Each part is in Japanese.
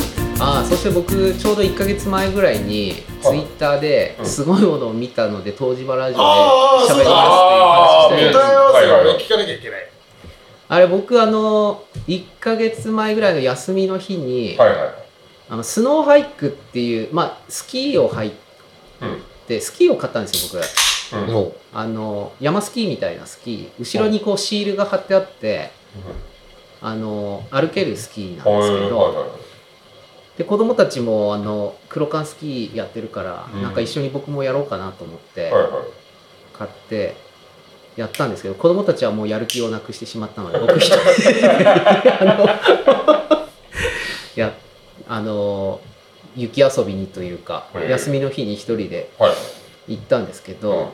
して僕ちょうど1か月前ぐらいにツはいイッターでうんすごいものを見たので湯治場ラジオであー喋りあまーすって見いう話をしてたあよはいはいはいを聞かなきゃいけない。れ僕あの1か月前ぐらいの休みの日に、はいはいあのスノーハイクっていう、まあ、スキーを履いて、スキーを買ったんですよ僕うんうんもあの山スキーみたいなスキー後ろにこうシールが貼ってあってあの歩けるスキーなんはいですけど、はいはいで子供たちもあの黒缶スキーやってるから、うんなんか一緒に僕もやろうかなと思ってはいはい買ってやったんですけど、子供たちはもうやる気をなくしてしまった ので僕一人であのやあの雪遊びにというか、うん休みの日に一人ではい行ったんですけど、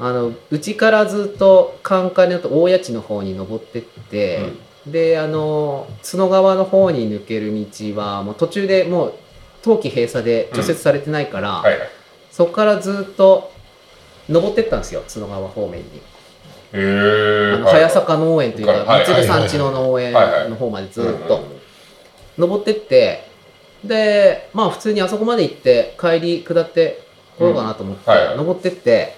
あのうちからずっと関海のと大谷地の方に登ってって。であの角川の方に抜ける道はもう途中でもう冬季閉鎖で除雪されてないから、はいはいそこからずっと登ってったんですよ角川方面に、へーあのはい早坂農園というかはいはい三つさんちの農園はいはいの方までずうんっと登ってってでまあ普通にあそこまで行って帰り下ってこようかなと思って、うんはいはい登ってって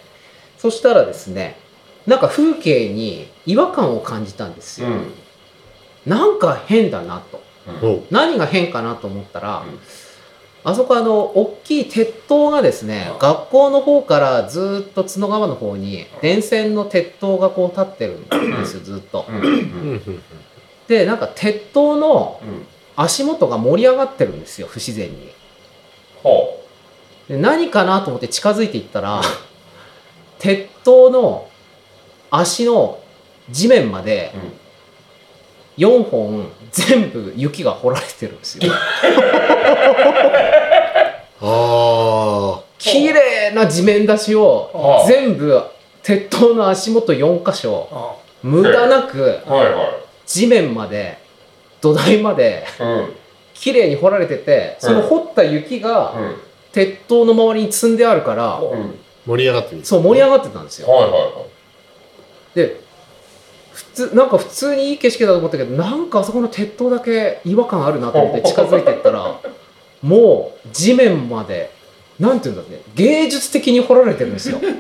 そしたらですねなんか風景に違和感を感じたんですよ、うんうんなんか変だなと。うんう、も何が変かなと思ったら、うんあそこあの大きい鉄塔がですね、うん学校の方からずーっと角川の方に電線の鉄塔がこう立ってるんですよずーっと。うんうんう、うんんでなんか鉄塔のうん足元が盛り上がってるんですよ不自然に。ほで何かなと思って近づいていったら鉄塔の足の地面までううん4本全部雪が掘られてるんですよ。あ綺麗な地面出しをはあ全部鉄塔の足元4箇所あ無駄なくはいは地面まで土台までいうん綺麗に掘られててその掘った雪が鉄塔の周りに積んであるからうんうん盛り上がってみるそう盛り上がってたんですよはいはで普通なんか普通にいい景色だと思ったけどなんかあそこの鉄塔だけ違和感あるなと思って近づいてったらもう地面までなんていうんだろうね芸術的に掘られてるんですよいはい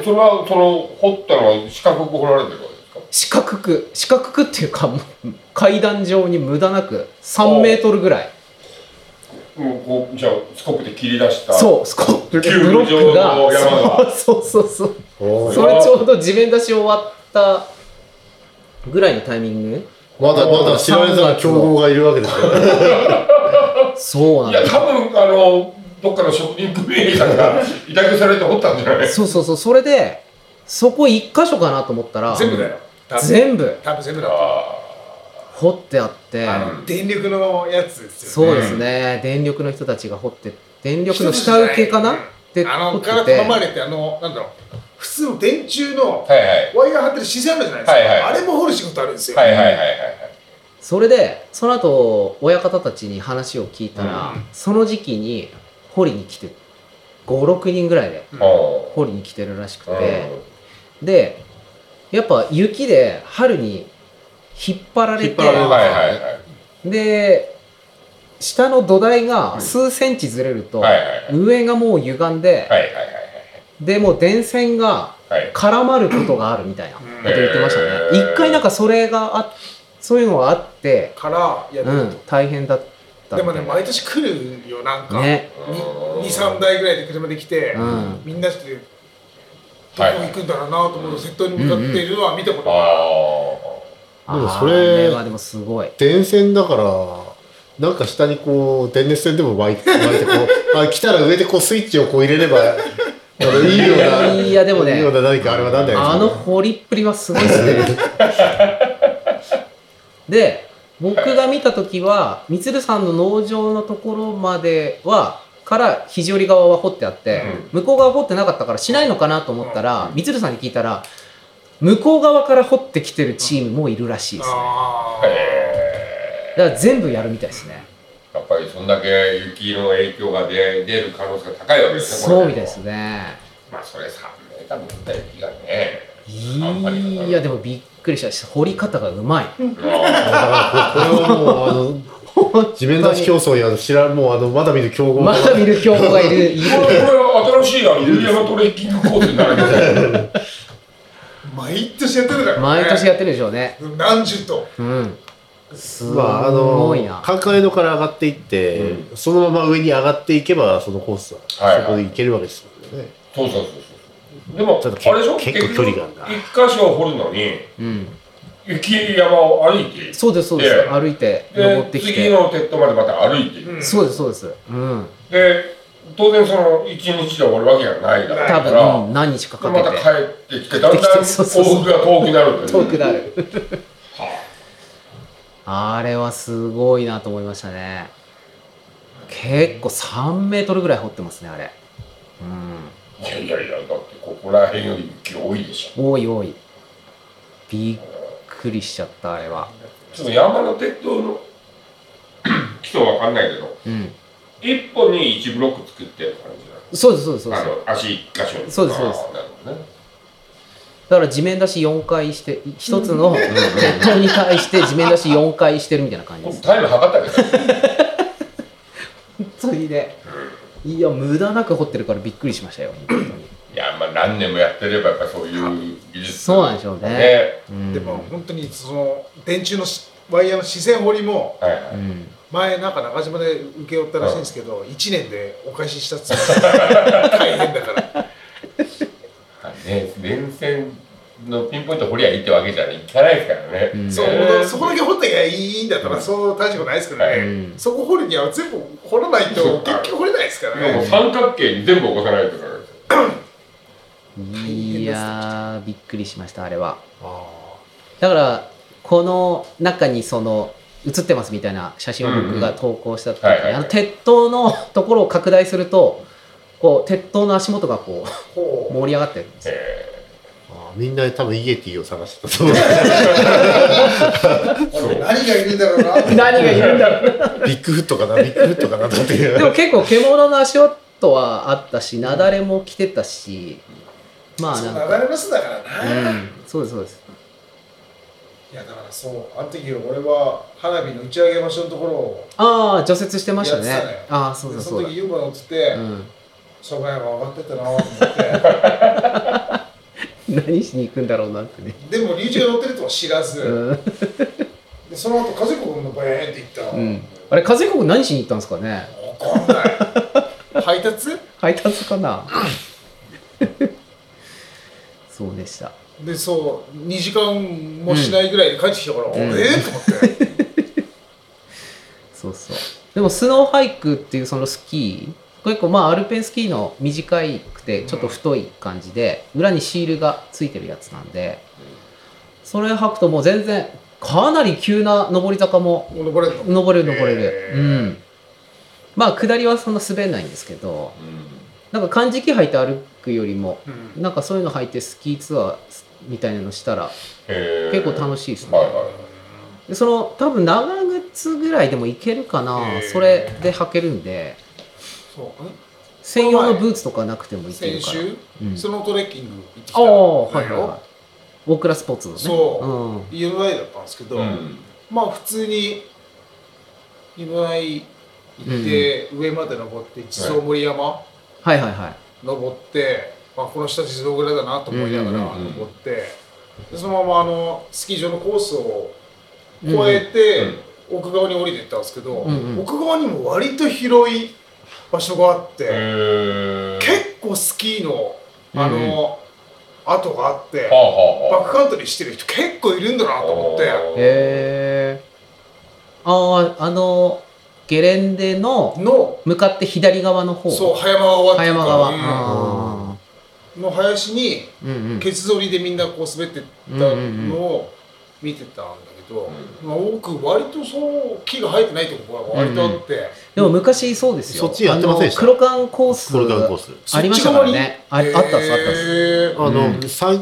えそれはその掘ったのは四角く掘られてるわけですか四角く四角くっていうかもう階段上に無駄なく3メートルぐらいもうこうじゃあスコップで切り出したそうスコップでキューブブロックが状の山がそうそうそうそうおーそれちょうど地面出し終わったぐらいのタイミングまだまだ知られざる競合がいるわけですよねそうなんやだ多分あのどっかの職人組合さんが委託されて掘ったんじゃな いそうそうそうそれでそこ一箇所かなと思ったら全部だよ多分全部多分全部だわあ掘ってあってあの電力のやつですよそねうですね、電力の人たちが掘って電力の下請けかな一つであ掘のっからて頼まてれてあのなんだろう普通の電柱のーはいはいワイヤー張ってる視線あるじゃないですか、はいはいあれも掘る仕事あるんですよ、はいはいはいはいそれでその後親方たちに話を聞いたら、うんその時期に掘りに来て56人ぐらいでうんは掘りに来てるらしくいて、でやっぱ雪で春に引っ張られ引って張られうるんはいはいはいで下の土台が数センチずれると、はいはい上がもう歪んで、はいはいでもう電線がはいはい絡まることがあるみたいなことうん言ってましたねへ一ー回なんかそれがあそういうのがあって、からやるうと、ん、大変だったでみたもいねな毎年来るよなんか、ね23台ぐらいで車で来て、うんみんなしてどこはい行くんだろうなと思うと窃盗に向かっているのは見たことあある、でもあーそれあはでもすごい電線だからなんか下にこう電熱線でも巻いて巻いてこうあ来たら上でこうスイッチをこう入れればあのいいようないやでもねいいような何かあれは何だよあの掘りっぷりはすごいですね で僕が見た時はみつるさんの農場のところまではから肘折側は掘ってあって、向こう側掘ってなかったからしないのかなと思ったら、みつるさんに聞いたら向こう側から掘ってきてるチームもいるらしいですねああーへだから全部やるみたいですねーやっぱりそんだけ雪の影響が出出る可能性が高いわけですねそうみたいですねねまあそれ3メーター乗った雪がねいやでもびっくりしたし掘り方がうまいあだからここれはもうあの地面出し競争や知らんもうあのまだ見ぬ競合まだ見る競合がいる。いるこれこれ新しいあのユリヤマトレーキングコースになるみたいな。毎年やってるからね毎年やってるでしょうね。何十とうん。すまああのごいな。関海のから上がっていって、そのまま上に上がっていけばそのコースは、はいはいそこで行けるわけですもんねそうそうそうそう。でも、ちょっとあれでしょ結構距離があるな結局一箇所を掘るのに、うん。雪山を歩いて、そうですそうです。で歩いて登ってで、き次て。の鉄塔までまた歩いて、うんそうですそうです。うん。で、当然その一日で終わるわけがないだ多から、分うん何日かでかけまてた帰ってきて、だんだん往そうそうそう復が遠くなるんだ遠よね。くなる。 はあれはすごいなと思いましたね。結構3メートルぐらい掘ってますねあれ。うん。あいやいやいや、だってここら辺より雪多いでしょ。多い多い。びっくりしちゃったあれは。ちょっと山の鉄塔の 基礎わかんないけど、うん。一本に一ブロック作ってる感じだ。そうですそうですそうですあ。の足一箇所にそうですそうですあーなるほどねだから地面出し4回して1つの 鉄塔に対して地面出し4回してるみたいな感じ今で度すタイム測ったけど本当にねいや無駄なく掘ってるからびっくりしましたよ本当にいやまあ何年もやってればやっぱそういう技術そうなんでしょうねねうんでも本当にその電柱のしワイヤーの視線掘りもはいはういん前なんか中島で請け負ったらしいんですけど1年でお返ししたっつって大変だからね連戦のピンポイント掘りゃいいってわけじゃいかないですからね、うんそうねだからそこだけ掘ってりゃいいんだったうらんそう大したことないですからうねんそこ掘るには全部掘らないそうとか結局掘れないですからもうね三角形に全部起こさないとダメですよいやーびっくりしましたあれはあだからこの中にその写ってますみたいな写真をうんう僕んが投稿した時はいはいにあの鉄塔のところを拡大するとこう鉄塔の足元がこう ほ盛り上がってるんですよえあみんな多分イエティを探してたそうーそうう何がいるんだろうな 何がいるんだろうビッグフットかなビッグフットかなと思ってでも結構獣の足音はあったし、雪崩も来てたし、まあそなうん流か、れの巣だからうな、いん、そうです、そうです。やだからそうあの時俺は花火の打ち上げ場所のところをああ、除雪してましたねやってたね。ああ、そうだでそうのだ。時ユーバ乗っててうん、障害が上がってったなと思って何しに行くんだろうなってね。でも龍一が乗ってるとは知らず、うん、でその後和彦君のバエーンって行ったうの、んあれ、和彦君何しに行ったんですかね分かん ない配達配達かな そうでした。でそう2時間もしないぐらいで帰ってきたから、んあれと思ってそうそう。でも、スノーハイクっていうそのスキー、結構まあ、アルペンスキーの短くて、ちょっと太い感じで、裏にシールがついてるやつなんで、それ履くともう全然、かなり急な上り坂も、もう登れるの登れる登れへる。ーうん。まあ、下りはそんな滑んないんですけど、なんか漢字機履いて歩くよりも、うんなんかそういうの履いてスキーツアーみたいなのしたら、えー結構楽しいですね。はいはでその多分長靴ぐらいでもいけるかな、へーそれで履けるんでそう専用のブーツとかなくてもいける先から週、うんそのトレッキング行ってきあたあはいはいのよはい大倉スポーツのねそううん UMI だったんですけど、うんまあ普通に UMI 行って、上まで登って地蔵森山、はいはいはい登って、まあ、この下地蔵蔵だなと思いながらうんうんうんうん登って、でそのままあのスキー場のコースを越えて、奥側に降りていったんですけど、うんうん奥側にも割と広い場所があって、えー結構スキーのあの、うんうん跡があって、はあはあバはックカントリーしてる人結構いるんだなと思って、あへえあああのゲレンデのの向かって左側の方そう葉山川って葉いう山か側、うんあの林にーうんうん、ケツ取りでみんなこう滑ってったのを見てたんだけど、まあ、奥割とそう木が生えてないとこが割とあって、でも昔そうですよそっちやってませんでしたあの黒缶コースこれがコースありましたからねああったんですあったんですすうあの、ん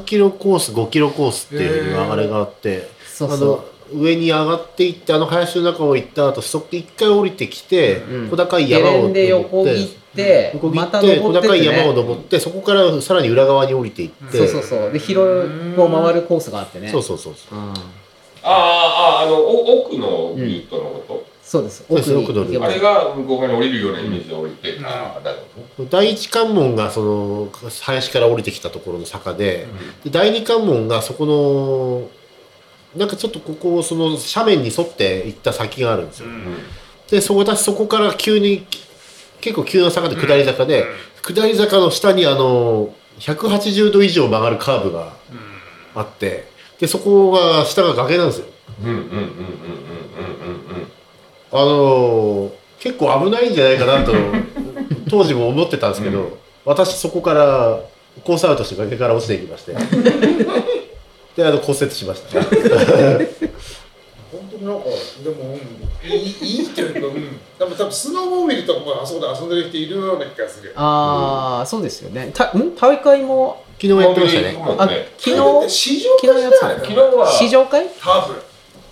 3キロコース5キロコースっていうあれがあって、そうそうあの上に上がっていってあの林の中を行った後そこ一回降りてきて、うん小高いゲ山レをンデ横登って切って、横切まったて小登ってっ高いて、山をね、登ってそこからさらに裏側に降りていってそうそうそうで広いを回るコースがあってねそうそうそうそううんあああああのお奥のルートのこと、そうです。そう奥ですに奥のルー行トけあばれが向こう側に降りるようなイメージで降りて、うんああなるほど第一関門がその林から降りてきたところの坂で,、で第二関門がそこのなんかちょっとここをその斜面に沿って行った先があるんですようんでそこ私そこから急に結構急な坂で下り坂で、下り坂の下にあの180度以上曲がるカーブがあってでそこが下が崖なんですようんうんうんうんうんうんうんあのー結構危ないんじゃないかなと当時も思ってたんですけど、うん私そこからコースアウトして崖から落ちていきま してであの骨折しました本当になんかでも、うん、いいいいというか、うん、多分多分スノーモービルとかもあそこで遊んでる人いるような気がする。ああ、そうですよね。たん大会も、昨日やってましたね本当にそうで昨すねだって 日、市場昨日やってた昨日は試乗会多分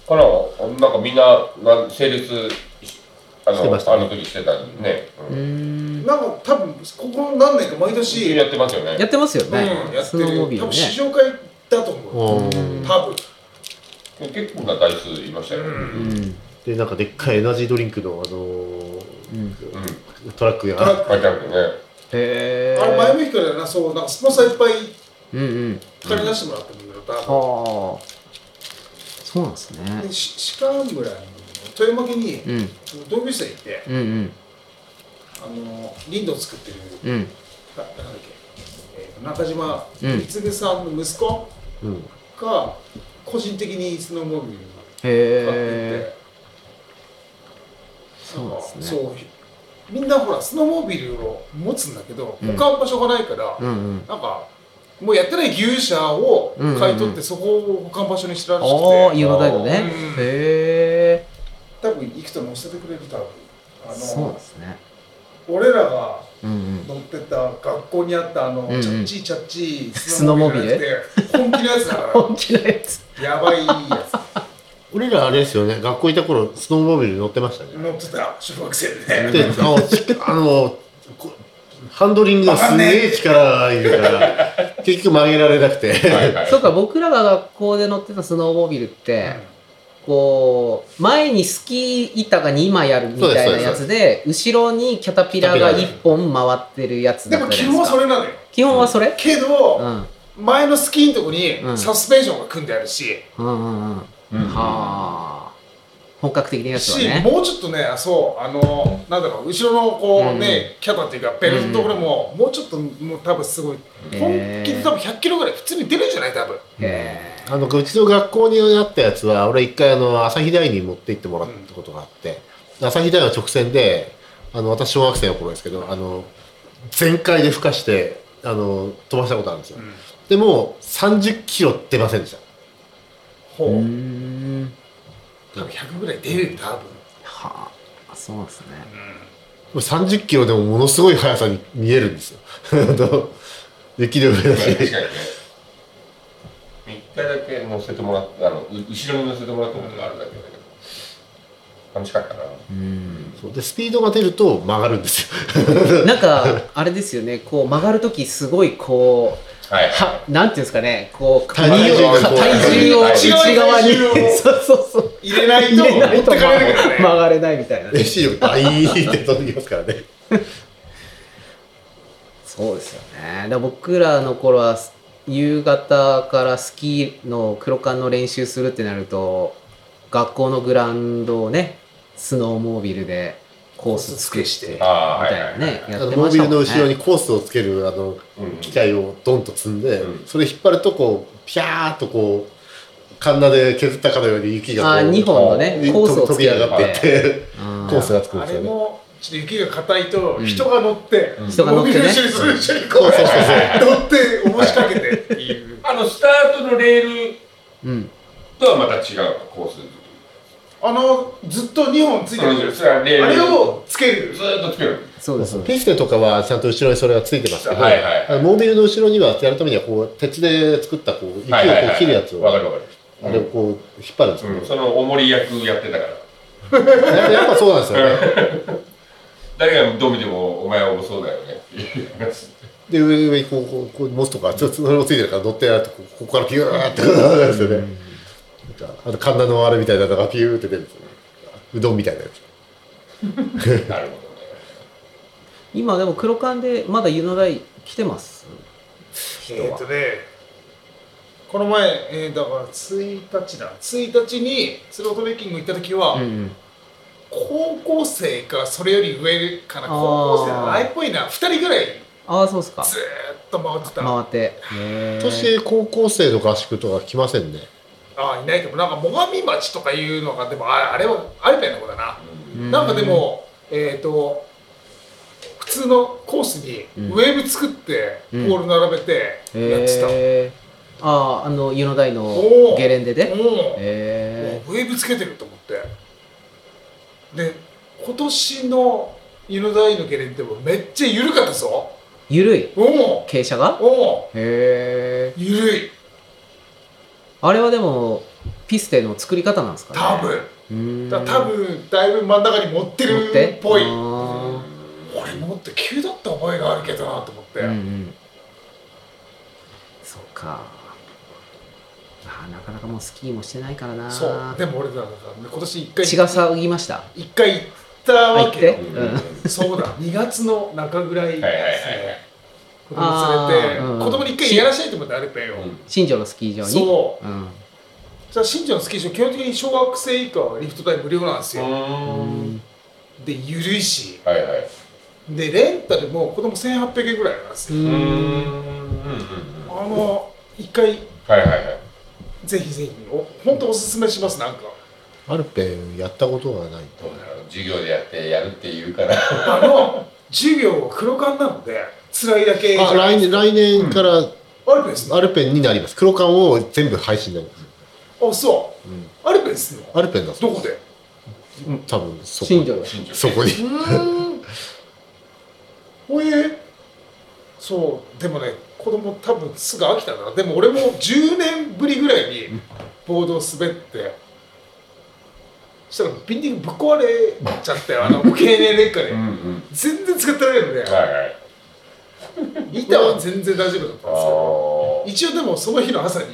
このなんかみんなな成立しあしてまのしたねあの時してたね、ううーんん。なんか多分ここ何年か毎年、やってますよね やってますようん、ねや。っスてノーモるビよ。ルね多分。試乗会だと思う。うん多分。結構な台数いましたよね、ううんん。でなんかでっかいエナジードリンクの、あのうん。うん、ートラックトラがック書いてあるよねへえ。あれ前も言ったらな、そうなんかスポンサーいっぱいうんうん。金出してもらったんだよ。多分はあ。そうなんですね。でし鹿村に富山県にうん。同級生いてうんうん。あの林道作ってるうん。ななんだっけ、えー中島うん貢さんの息子うんが個人的にスノーモービルをへ買ってて、え。そうなんでなんかすねそうみんなほらスノーモービルを持つんだけどうん保管場所がないから、うんうん。なんかもうやってない牛舎を買い取って、うんうんうんそこを保管場所にしてらっしあゃあ、っ夕て方だよね。うんへえ。多分行くと乗せてくれる多分あそうなんのですね。俺らがうんうん。乗ってた学校にあったあの、うんうんチャッチーチャッチースノモビルじゃなくて本気のやつだか本気のやつ。 らやばいやつ俺らあれですよね学校いた頃スノーモービル乗ってましたね乗ってた小学生でであのちあのこハンドリングがすげえ力がいるから結局曲げられなくてはいはいそうか、僕らが学校で乗ってたスノーモービルって、こう、前にスキー板が2枚あるみたいなやつで、後ろにキャタピラが1本回ってるやつでだっもたじ基ゃない本ですそか。れなのよ基本はそれけうど、ん。前のスキーのとこにうんサスペンションが組んであるし、うんうんうん。はうんあ。本格的なやつはしね。もうちょっとねそうあのなんだろう後ろのこうね、キャタっていうかベルトのところも、もうちょっともう多分すごい本気で多分100キロぐらい普通に出るんじゃない多分へえ。あのうちの学校にあったやつは俺一回あの朝日大に持って行ってもらったことがあって、朝日大の直線であの私小学生の頃ですけどあの全開で孵化してあの飛ばしたことあるんですよ、うんでも30キロ出ませんでしたほう、うーん。多分100ぐらい出るよ多分、はあ。そうなんですね。もう30キロでもものすごい速さに見えるんですよ あの雪の上 だ確しかにね一回だけ乗せてもらったあのう後ろに乗せてもらったことがあるだけだけど楽しかったなうん。そうでスピードが出ると曲がるんですよ なんか、あれですよね、こう曲がるとき、すごいこう、はいは、なんていうんですかね、こう、体体重をがこう体重を内側に内側に体重、を そうそうそう、入れないと入れないと持って曲かがれるからね曲がれないみたいな。遠心力バイーンって飛んできますからねそうですよね。だから僕らの頃は、夕方からスキーの黒缶の練習するってなると、学校のグラウンドをね、スノーモービルでコース作って、みコース作ってあーはいたいなね、あやっのてモまービしたルのもん後ろにね。コースをつけるあのうん機械をドンと積んで、うんそれ引っ張るとこうピャーっとこうカンナで削ったかのように雪がこうあー、2本のね、飛コースを飛つびけ上がっていって、うんコースがつくんあですれよねもちょっと雪が硬いとうん人が乗って、うん人が乗ってねモビルスーツの後ろにこうそうそうそう乗っておもしかけてっていうあのスタートのレールうん。とはまた違うコースあのずっと2本ついてるじゃないですかうんあレールれをつけるずーっとつけるそうです。ピステとかはちゃんと後ろにそれがついてますけど、はいはいあのモービルの後ろにはやるためにはこう鉄で作ったこう雪をこはいはいはいう切るやつを、わかるわかるあれをこう引っ張るんですけうんど、そのおもり役やってたからやっぱやっぱそうなんですよね誰がどう見てもお前は重そうだよねっていう話で上上にこうこうこう持つとかちょっとそれもついてるから乗ってやるとこうここからピューってなるんですよね、なんかあの神田のあれみたいなのがピューって出るんですよねうどんみたいなやつなるほどね。今でも黒缶でまだ湯の台来てますえっとねこの前、えーだから1日だ1日にスロートレッキング行った時は、うん高校生かそれより上かな高校生のあれっぽいな2人ぐらいああそうっすかずーっと回ってた回ってへー年高校生の合宿とか来ませんねああいないけどなんか最上町とかいうのがでもああれはあれみたいなことだな、うんなんかでもえっ、と普通のコースにうんウェーブ作ってポうんール並べてやってた、へーあああの湯の台のおーゲレンデでもうへウェーブつけてると思ってで今年の犬大のゲレンデもめっちゃ緩かったぞーゆるいおお傾斜がおおへえ緩いあれはでもピステの作り方なんですかね多分、うーんだ多分だいぶ真ん中に持って持るってっぽいあー俺もっと急だった覚えがあるけどなと思って、うんうんそうかあーなかなかもうスキーもしてないからなそうでも俺だから今年一回血が騒ぎました一回行ったわけよあ行っうんそうだ2月の中ぐらいですはいはいはいね子供連れて、あーうん子供に一回やらせないと思ってアルペンを、新庄のスキー場に、そうん、じゃあ新庄のスキー場基本的に小学生以下はリフト代無料なんですよ、うんで緩いしはいはい。でレンタルも子供1800円ぐらいなんですよ、うんうんうんうんあの一回はいはいはい。ぜひぜひお本当おすすめしますなんかアルペンやったことがないどうだろう授業でやってやるって言うから。あの授業は黒缶なので辛いだけじあゃない来年来年からアルペンすんのアルペンになります黒缶を全部配信になりますあそう、うんアルペンすんのアルペンだそうどこで多分そこ新庄にの新庄そこに おえそうでもね子供多分すぐ飽きたなでも俺も10年ぶりぐらいにボードを滑ってそしたらビンディングぶっ壊れちゃったよあの経年劣化でうんうん。全然使ってないのではいはい。板は全然大丈夫だったんですけどあ一応でもその日の朝に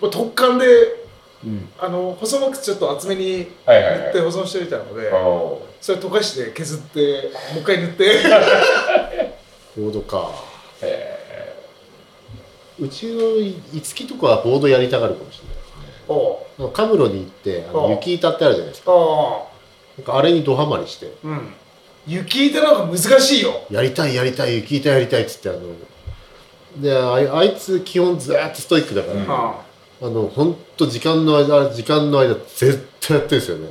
もう突貫でうん、あの細くちょっと厚めにあ。はい塗はいはっいて。保存しておいたのであーそれ溶かして削ってもう一回塗って ボードかえうちの五木とかはボードやりたがるかもしれないおうなんかカムロに行ってあのああ雪板ってあるじゃないですかああなんかあれにドハマりしてうん雪板なんか難しいよやりたいやりたい雪板やりたいっつってあのであいあいつ基本ずーっとストイックだから、うんああの本当時間の間時間の間絶対やってるんですよね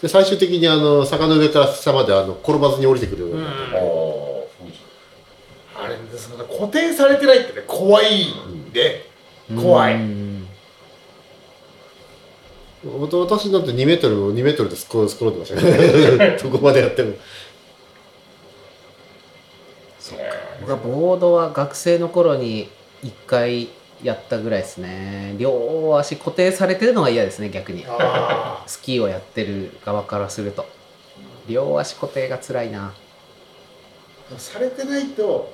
で最終的にあの坂の上から下まであの転ばずに降りてくるようになってー。おーあれですね固定されてないってね怖いんで、怖いうんわた私なんて2メートルを2メートルでスコロスコロってましたねそこまでやってもそうか。僕はボードは学生の頃に一回やったぐらいですね両足固定されてるのが嫌ですね逆にあスキーをやってる側からすると両足固定が辛いなあされてないと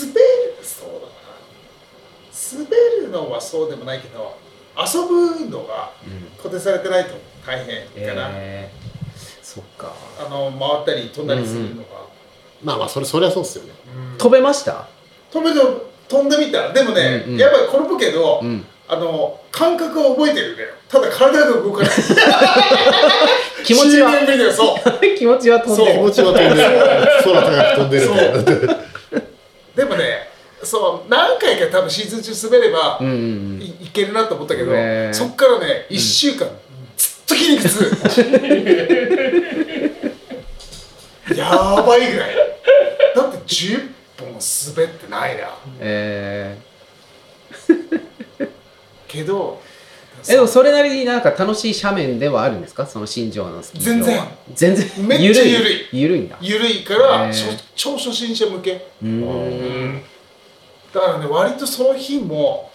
滑るそうだな滑るのはそうでもないけど遊ぶのがうん固定されてないと大変かな、えー、そっかあの回ったり飛んだりするのが、まあまあそれそりゃそうっすよね飛べました飛べと飛んでみたらでもね、うんうんやっぱり転ぶけど、うんあの感覚を覚えてるんだよただ体が動かない 気持ち10年はぶりだよそう 気持ちは飛んで気る持ちは飛んでる空高く飛んでるみたいなでもねそう何回か多分シーズン中滑れば、うんうんうんいいけるなと思ったけど、ねえそっからね1週間、ずっと筋 肉痛やばいぐらいだって10本滑ってないなえけどー、えでもそれなりになんか楽しい斜面ではあるんですかその新庄のスキー場は全然めっちゃゆ緩るいゆるいんだ緩いかねえら、初超初心者向けうーんだからね割とその日も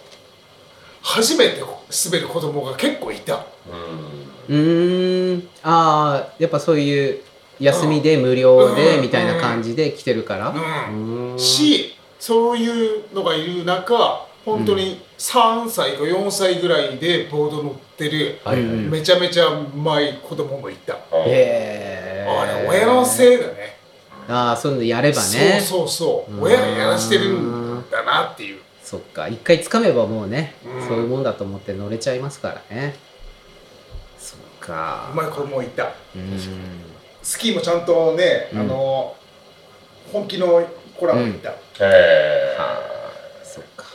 初めて滑る子供が結構いたうん。うーんああやっぱそういう休みで無料でみたいな感じで来てるからううんーんしそういうのがいる中本当に3歳か4歳ぐらいでボード乗ってる、はいはいめちゃめちゃうまい子供もいたあーへあれ親のせいだねああそういうのやればねそそうそうそううん親がやらしてるんだなっていうっか一回掴めばもうね、うんそういうもんだと思って乗れちゃいますからねそっかうまい子供いたうんスキーもちゃんとね、うんあの本気のコラボいた、えそっか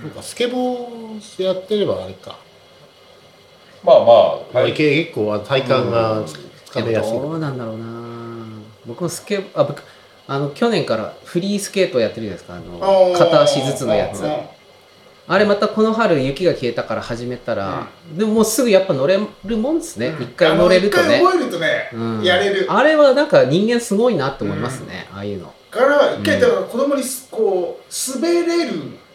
そうかスケボーやってればあれか、ー、まあまあ、はい、結構体幹がつかめでやもすい、どうなんだろうな僕もスケあ僕あの去年からフリースケートやってるじゃないですかあの片足ずつのやつうんあれまたこの春雪が消えたから始めたら、でももうすぐやっぱ乗れるもんですね一、回乗れるとあのね一回覚えるとね、うんやれるあれはなんか人間すごいなって思いますね、ああいうのから一う回んだから子供にすこう滑れる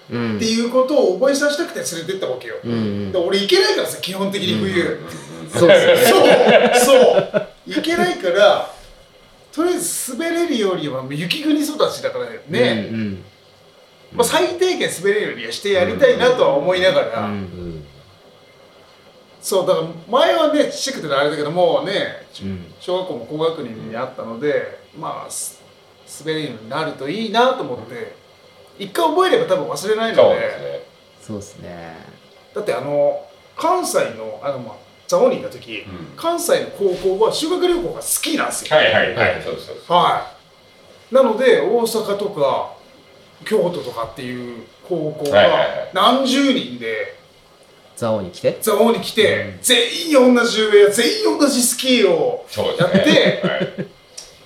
うんっていうことを覚えさせたくて連れてったわけよ、うんうんで俺行けないからさ基本的に冬、そうですよねそうそう行けないからとりあえず滑れるよりはもう雪国育ちだからね、うんうんまあ、最低限滑れるようにはしてやりたいなとは思いながら、うんうんそうだから前はねちっちゃくてあれだけどもうねうん小学校も高学年にあったのでまあす滑れるようになるといいなと思って一回覚えれば多分忘れないのそうでですね。そうですねだってあの関西のあの、まあ、ザオにいた時うん関西の高校は修学旅行が好きなんですよはいはいは、はいいそうそうそう。はい、なので大阪とか京都とかっていう高校はいはいはがい何十人で蔵王に来てザオに来て、全員同じ上全員同じスキーをそうですね。やってはい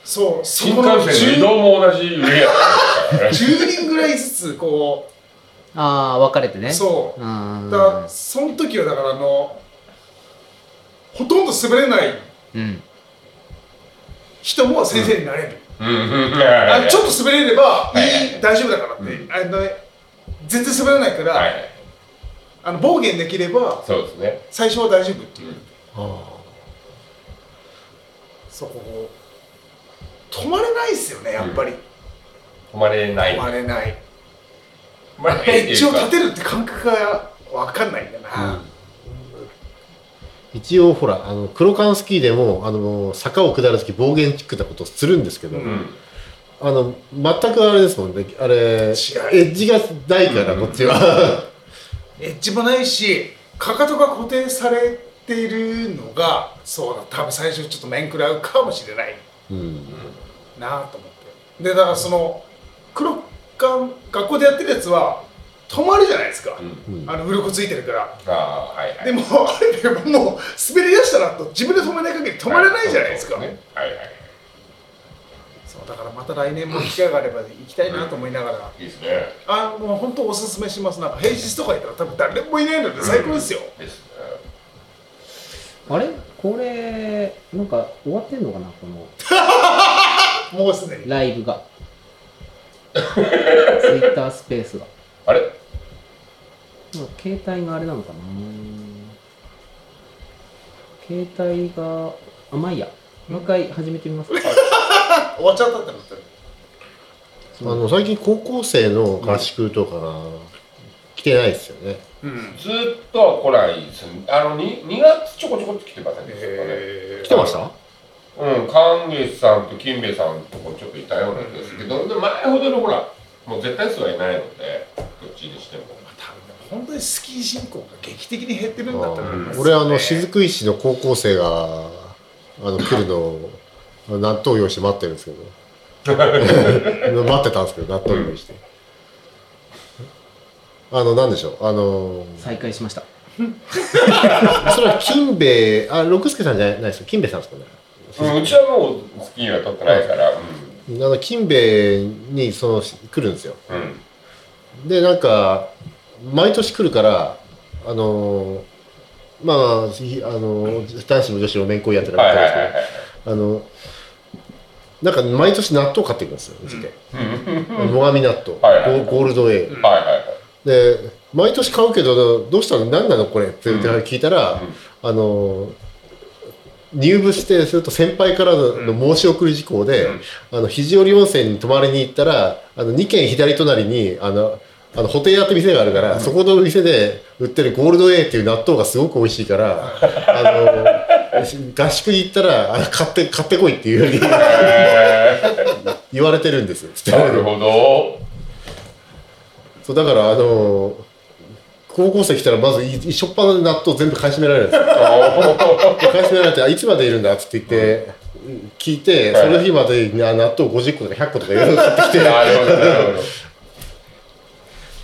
そうそ新この幹線の移動も10同じ上やったからね。 10人ぐらいずつこああ別れてうねそううーんだからその時はだからあのほとんど滑れないうん人も先生になれる、うんうん。あちょっと滑れればはいい、いはい大丈夫だからって、あの全然滑らないから、はいはい。あの暴言できればそうですね。最初は大丈夫っていう、うんあそこを止まれないですよねやっぱり、止まれない。止まれない止まれないってい一う応か立てるって感覚が分かんないんだな、ー一応ほらあの黒缶スキーでもあの坂を下る時暴言チックなことするんですけど、うん。あの全くあれですもんねあれエッジがないから、こっちはエッジもないしかかとが固定されているのがそうだ多分最初ちょっと面食らうかもしれないうんなと思ってでだからその黒缶学校でやってるやつは止まるじゃないですか、うんうんあの鱗ついてるからああ、はいはい。でもあれでもう滑り出したらと自分で止めない限り止まれないじゃないですか、はそうですねはいはい。そうだからまた来年も機会があれば行きたいなと思いながら、いいですね。あもう本当おすすめしますなんか平日とか行ったら多分誰もいないので最高ですよ、ですね。あれこれなんか終わってんのかなこのもうすでにライブがツイッタースペースがあれまあ携帯があれなのかな携帯があまあいいやもう一回始めてみますか終わっちゃったって思ってるあの最近高校生の合宿とかが来てないですよね、うんずっとは来ないですね。あの、に2月ちょこちょこっと来てませんでしたかね。え来てましたうん、関月さんと金兵衛さんともちょっといたようなんですけど、で前ほどのほら、もう絶対数はいないので、どっちにしても。本当にスキー人口が劇的に減ってるんだったらうんね俺あの雫石の高校生があの来るのを納豆用意して待ってるん ですけど待ってたんですけど納豆用意して、あのなんでしょうあの再開しましたそれは金兵衛あ六輔さんじゃないですか金兵衛さんですかねうん、うちはもうスキーは取ってないから、うん。あの金兵衛にその来るんですようん。でなんか毎年来るからあのまああの男子も女子も年功やってるはいはいではいすけどはい。あの、なんか毎年納豆買ってくるんですよ、うちで。最上納豆、はいはいゴーゴールド A はい。はいはい。で、毎年買うけど、どうしたの何なのこれって言って聞いたら、あの、入部してすると先輩からの申し送り事項で、あの肘折温泉に泊まりに行ったらあの2軒左隣にあのあのホテイヤって店があるから、そこの店で売ってるゴールド A っていう納豆がすごく美味しいからあ合宿に行ったらあ買って買ってこいっていうふうにえ言われてるんですよー、なるほ ど。そうだからあのー高校生来たらまずい一緒っ端で納豆全部買い占められるんですよで買い占められてあ「いつまでいるんだ」っつって言ってうん聞いてはいその日までにあ納豆50個とか100個とかいろいろ買ってきてなるほど、なるほ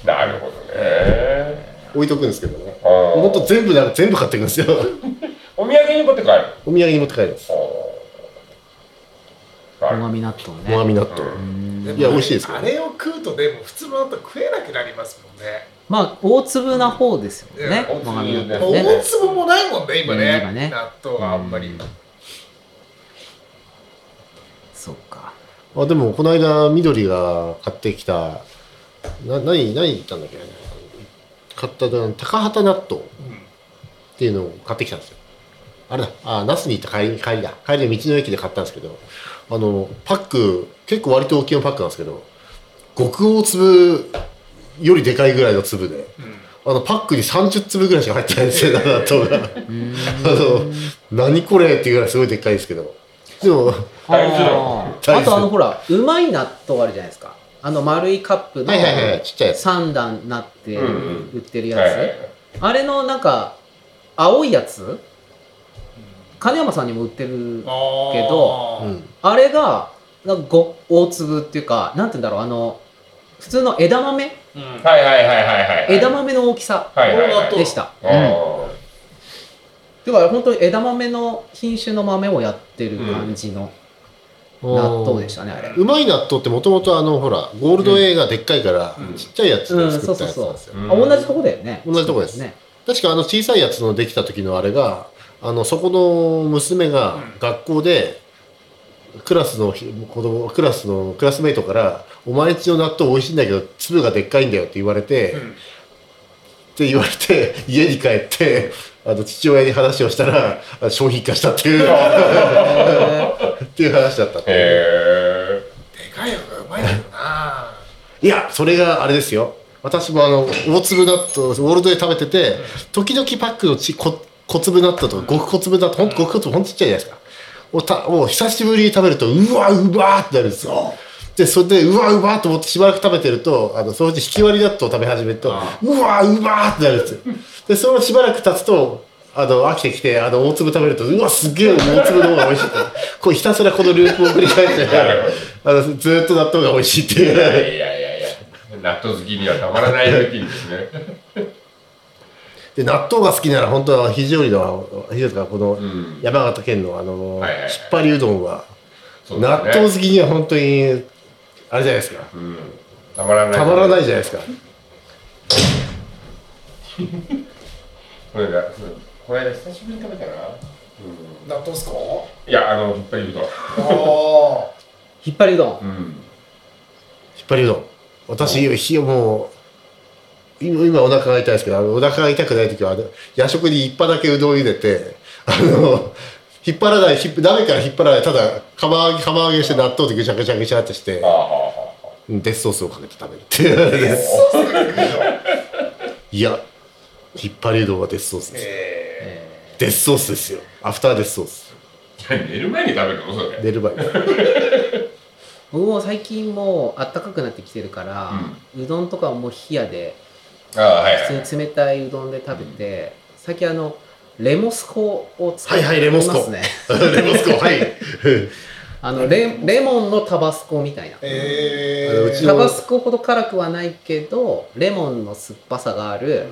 ど。なるほどね。置いとくんですけどねあーほんと全部な全部買っていくんですよ お土産に持って帰る。お土産に持って帰るんですあ最ー上納豆モアねミ納う豆んでもいや美味しいですよあれを食うとでも普通の納豆食えなくなりますもんねまあ大粒な方ですよねう最ん上納豆ね大粒もないもんね今ねうん今ね納豆があんまり、そうかあでもこの間緑が買ってきたな何何言ったんだっけ買ったの高畑納豆っていうのを買ってきたんですよあれだあ那須に行った帰り帰りだ帰りの道の駅で買ったんですけどあのパック結構割と大きめのパックなんですけど極大粒よりでかいぐらいの粒でうんうんあのパックに30粒ぐらいしか入ってないんですよ納豆が あうーんの何これっていうぐらいすごいでっかいですけどでも大豆だあーあとあのほらうまい納豆あるじゃないですかあの丸いカップのはいはいはいちっちゃいやつ3段になってうん売ってるやはいはいはつあれのなんか青いやつ金山さんにも売ってるけどあーうんあれがなんかご大粒っていうかなんて言うんだろうあの普通の枝豆うんいはいはいはいはいはい。枝豆の大きさはいはいはいこでした、あーだから本当に枝豆の品種の豆をやってる感じの納豆でしたね、あれうまい納豆ってもともとあのほらゴールド A がでっかいから、うんちっちゃいやつうでん作そうったそうやつなそんですよ、うあ同じとこだよね同じとこですね確かあの小さいやつのできた時のあれがあのそこの娘がうん学校でクラスのひ子供クラスのクラスメイトから「お前んちの納豆美味しいんだけど粒がでっかいんだよ」って言われて、うんって言われて家に帰ってあの父親に話をしたらあ商品化したっていうっていう話だったっていうへでかいのがうまいけどないや、それがあれですよ。私もあの、大粒納豆、ゴールドで食べてて、時々パックのち小小粒納豆とか、極小粒納豆、ほんと極小粒、ほんとちっちゃいじゃないですか。もうたもう久しぶりに食べると、うわ、うまーってなるんですよ。で、それで、うわ、うまーと思ってしばらく食べてると、あの、そのうち引き割り納豆を食べ始めると、うわ、うまーってなるんですよ。で、そのしばらく経つと、あの、飽きてきて、あの、大粒食べると、うわ、すげえ、大粒の方が美味しいって。こう、ひたすらこのループを繰り返して、あの、ずーっと納豆が美味しいっていう。え。いやいやいやいや。納豆好きにはたまらないルーティンですね。で納豆が好きなら本当は肘折の肘折とかこのうん山形県のあの引っはいはいはい張りうどんはそう納だね豆好きには本当にあれじゃないですかうん。たまらない。たまらないじゃないですかこれが、うんこの間久しぶりに食べたな。うん 納豆っすかいや、あの、引っぱりうどん。ああ引っ張りうどん、うん。引っ張りうどん私ひもう今今お腹が痛いですけどあのお腹が痛くない時はあの夜食に一杯だけうどん茹でてあの引っ張らないひ鍋から引っ張らないただ釜揚げ釜揚げして納豆でぐちゃぐちゃぐちゃってしてああ、はうんデスソースをかけて食べるっていういや引っ張りうどんはデスソースですえデスソースですよアフターデスソースあ。 寝る前に食べるのそれ。寝る前 に僕も最近もうあったかくなってきてるから、うどんとかはもう冷やでああ、はいはい。普通に冷たいうどんで食べて、最近あのレモスコを使はいはいレモスコますねレモスコはいあのレレモンのタバスコみたいなー、えあのうー、ちタバスコほど辛くはないけどレモンの酸っぱさがある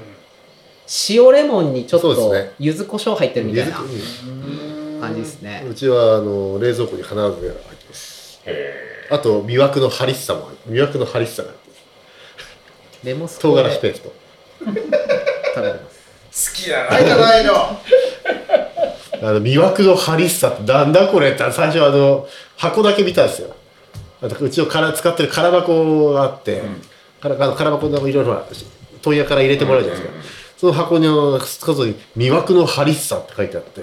塩レモンにちょっそうとですね柚子胡椒入ってるみたいなう感じですねんうちはあの冷蔵庫に必ず入ってますへあと魅惑のハリッサも入って魅惑のハリッサが入ってますレモス唐コで辛子食べペてーストます好きだなじゃ ないのあの魅惑のハリッサってなんだこれって最初あの箱だけ見たんですよあとうちのから使ってる空箱があって、からあの空箱のいろいろほら問屋から入れてもらうじゃないですか、その箱の数に「魅惑のハリッサ」って書いてあって、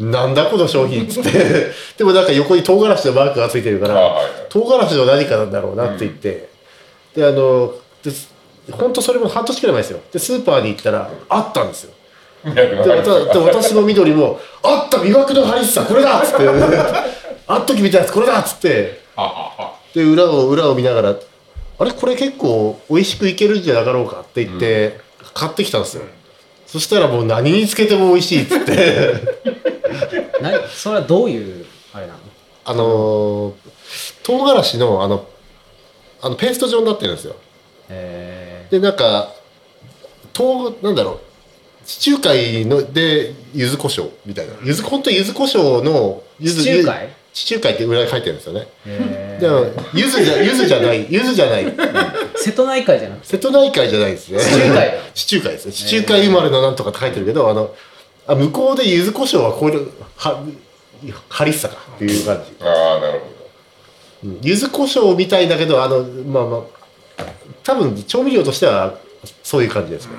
なんだこの商品っつって でもなんか横に唐辛子のマークがついてるかあら、はいはい唐辛子の何かなんだろうなって言って、であので本当それも半年くらい前ですよでスーパーに行ったらあったんですよでわたで私も緑も「あった魅惑のハリッサこれ だ!」っつって「あっときみたいなやつこれだ!」っつってああで裏を裏を見ながら「あれこれ結構美味しくいけるんじゃなかろうか」って言って買ってきたんですよ、そしたらもう何につけても美味しいっつって なそれはどういうあれなのあのー唐辛子のあのあのペースト状になってるんですよえでなんか唐なんだろう地中海ので柚子胡椒みたいな柚子本当に柚子胡椒のー、柚子地中海地中海って裏に書いてるんですよね。えでもー、ゆずじゃ、ゆずじゃない、ゆずじゃない、瀬戸内海じゃなくて瀬戸内海じゃないですね。地 中海。地中海ですね。地中海生まれのなんとかって書いてるけど、あの、あ向こうでゆず胡椒はこういう、は、ハリッサかっていう感じ。ああなるほどうん柚子胡椒みたいだけど、あの、まあまあ、多分調味料としてはそういう感じですね。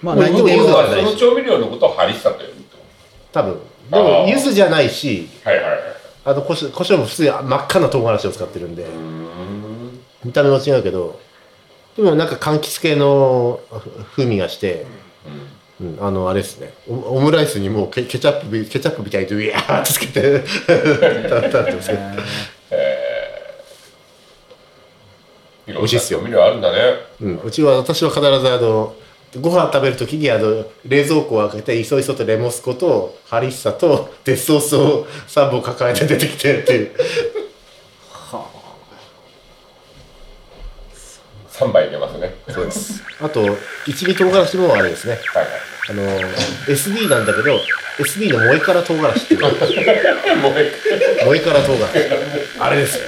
まあもう何もも言ううはかまあその調味料のことをハリッサと言うと多分。であも、ーゆずじゃないし、はいはいはいあの、胡椒胡椒も普通に真っ赤な唐辛子を使ってるんで。うーん見た目も違うけどでもなんか柑橘系のふ風味がして、うん、あのあれですねオオムライスにもうケケチャップケチャップみたいにいやーってつけて食べてますけどいろん美な味しいっすよ調味料あるんだねうん、うちは私は必ずあのご飯食べるときにあの冷蔵庫を開けていそいそとレモスコとハリッサとデスソースを3本抱えて出てきてっていう3杯入れますねそうですあと一味唐辛子もあれですねはいはあの SD なんだけど SD の萌えから唐辛子っていういもう一萌えから唐辛子あれですよ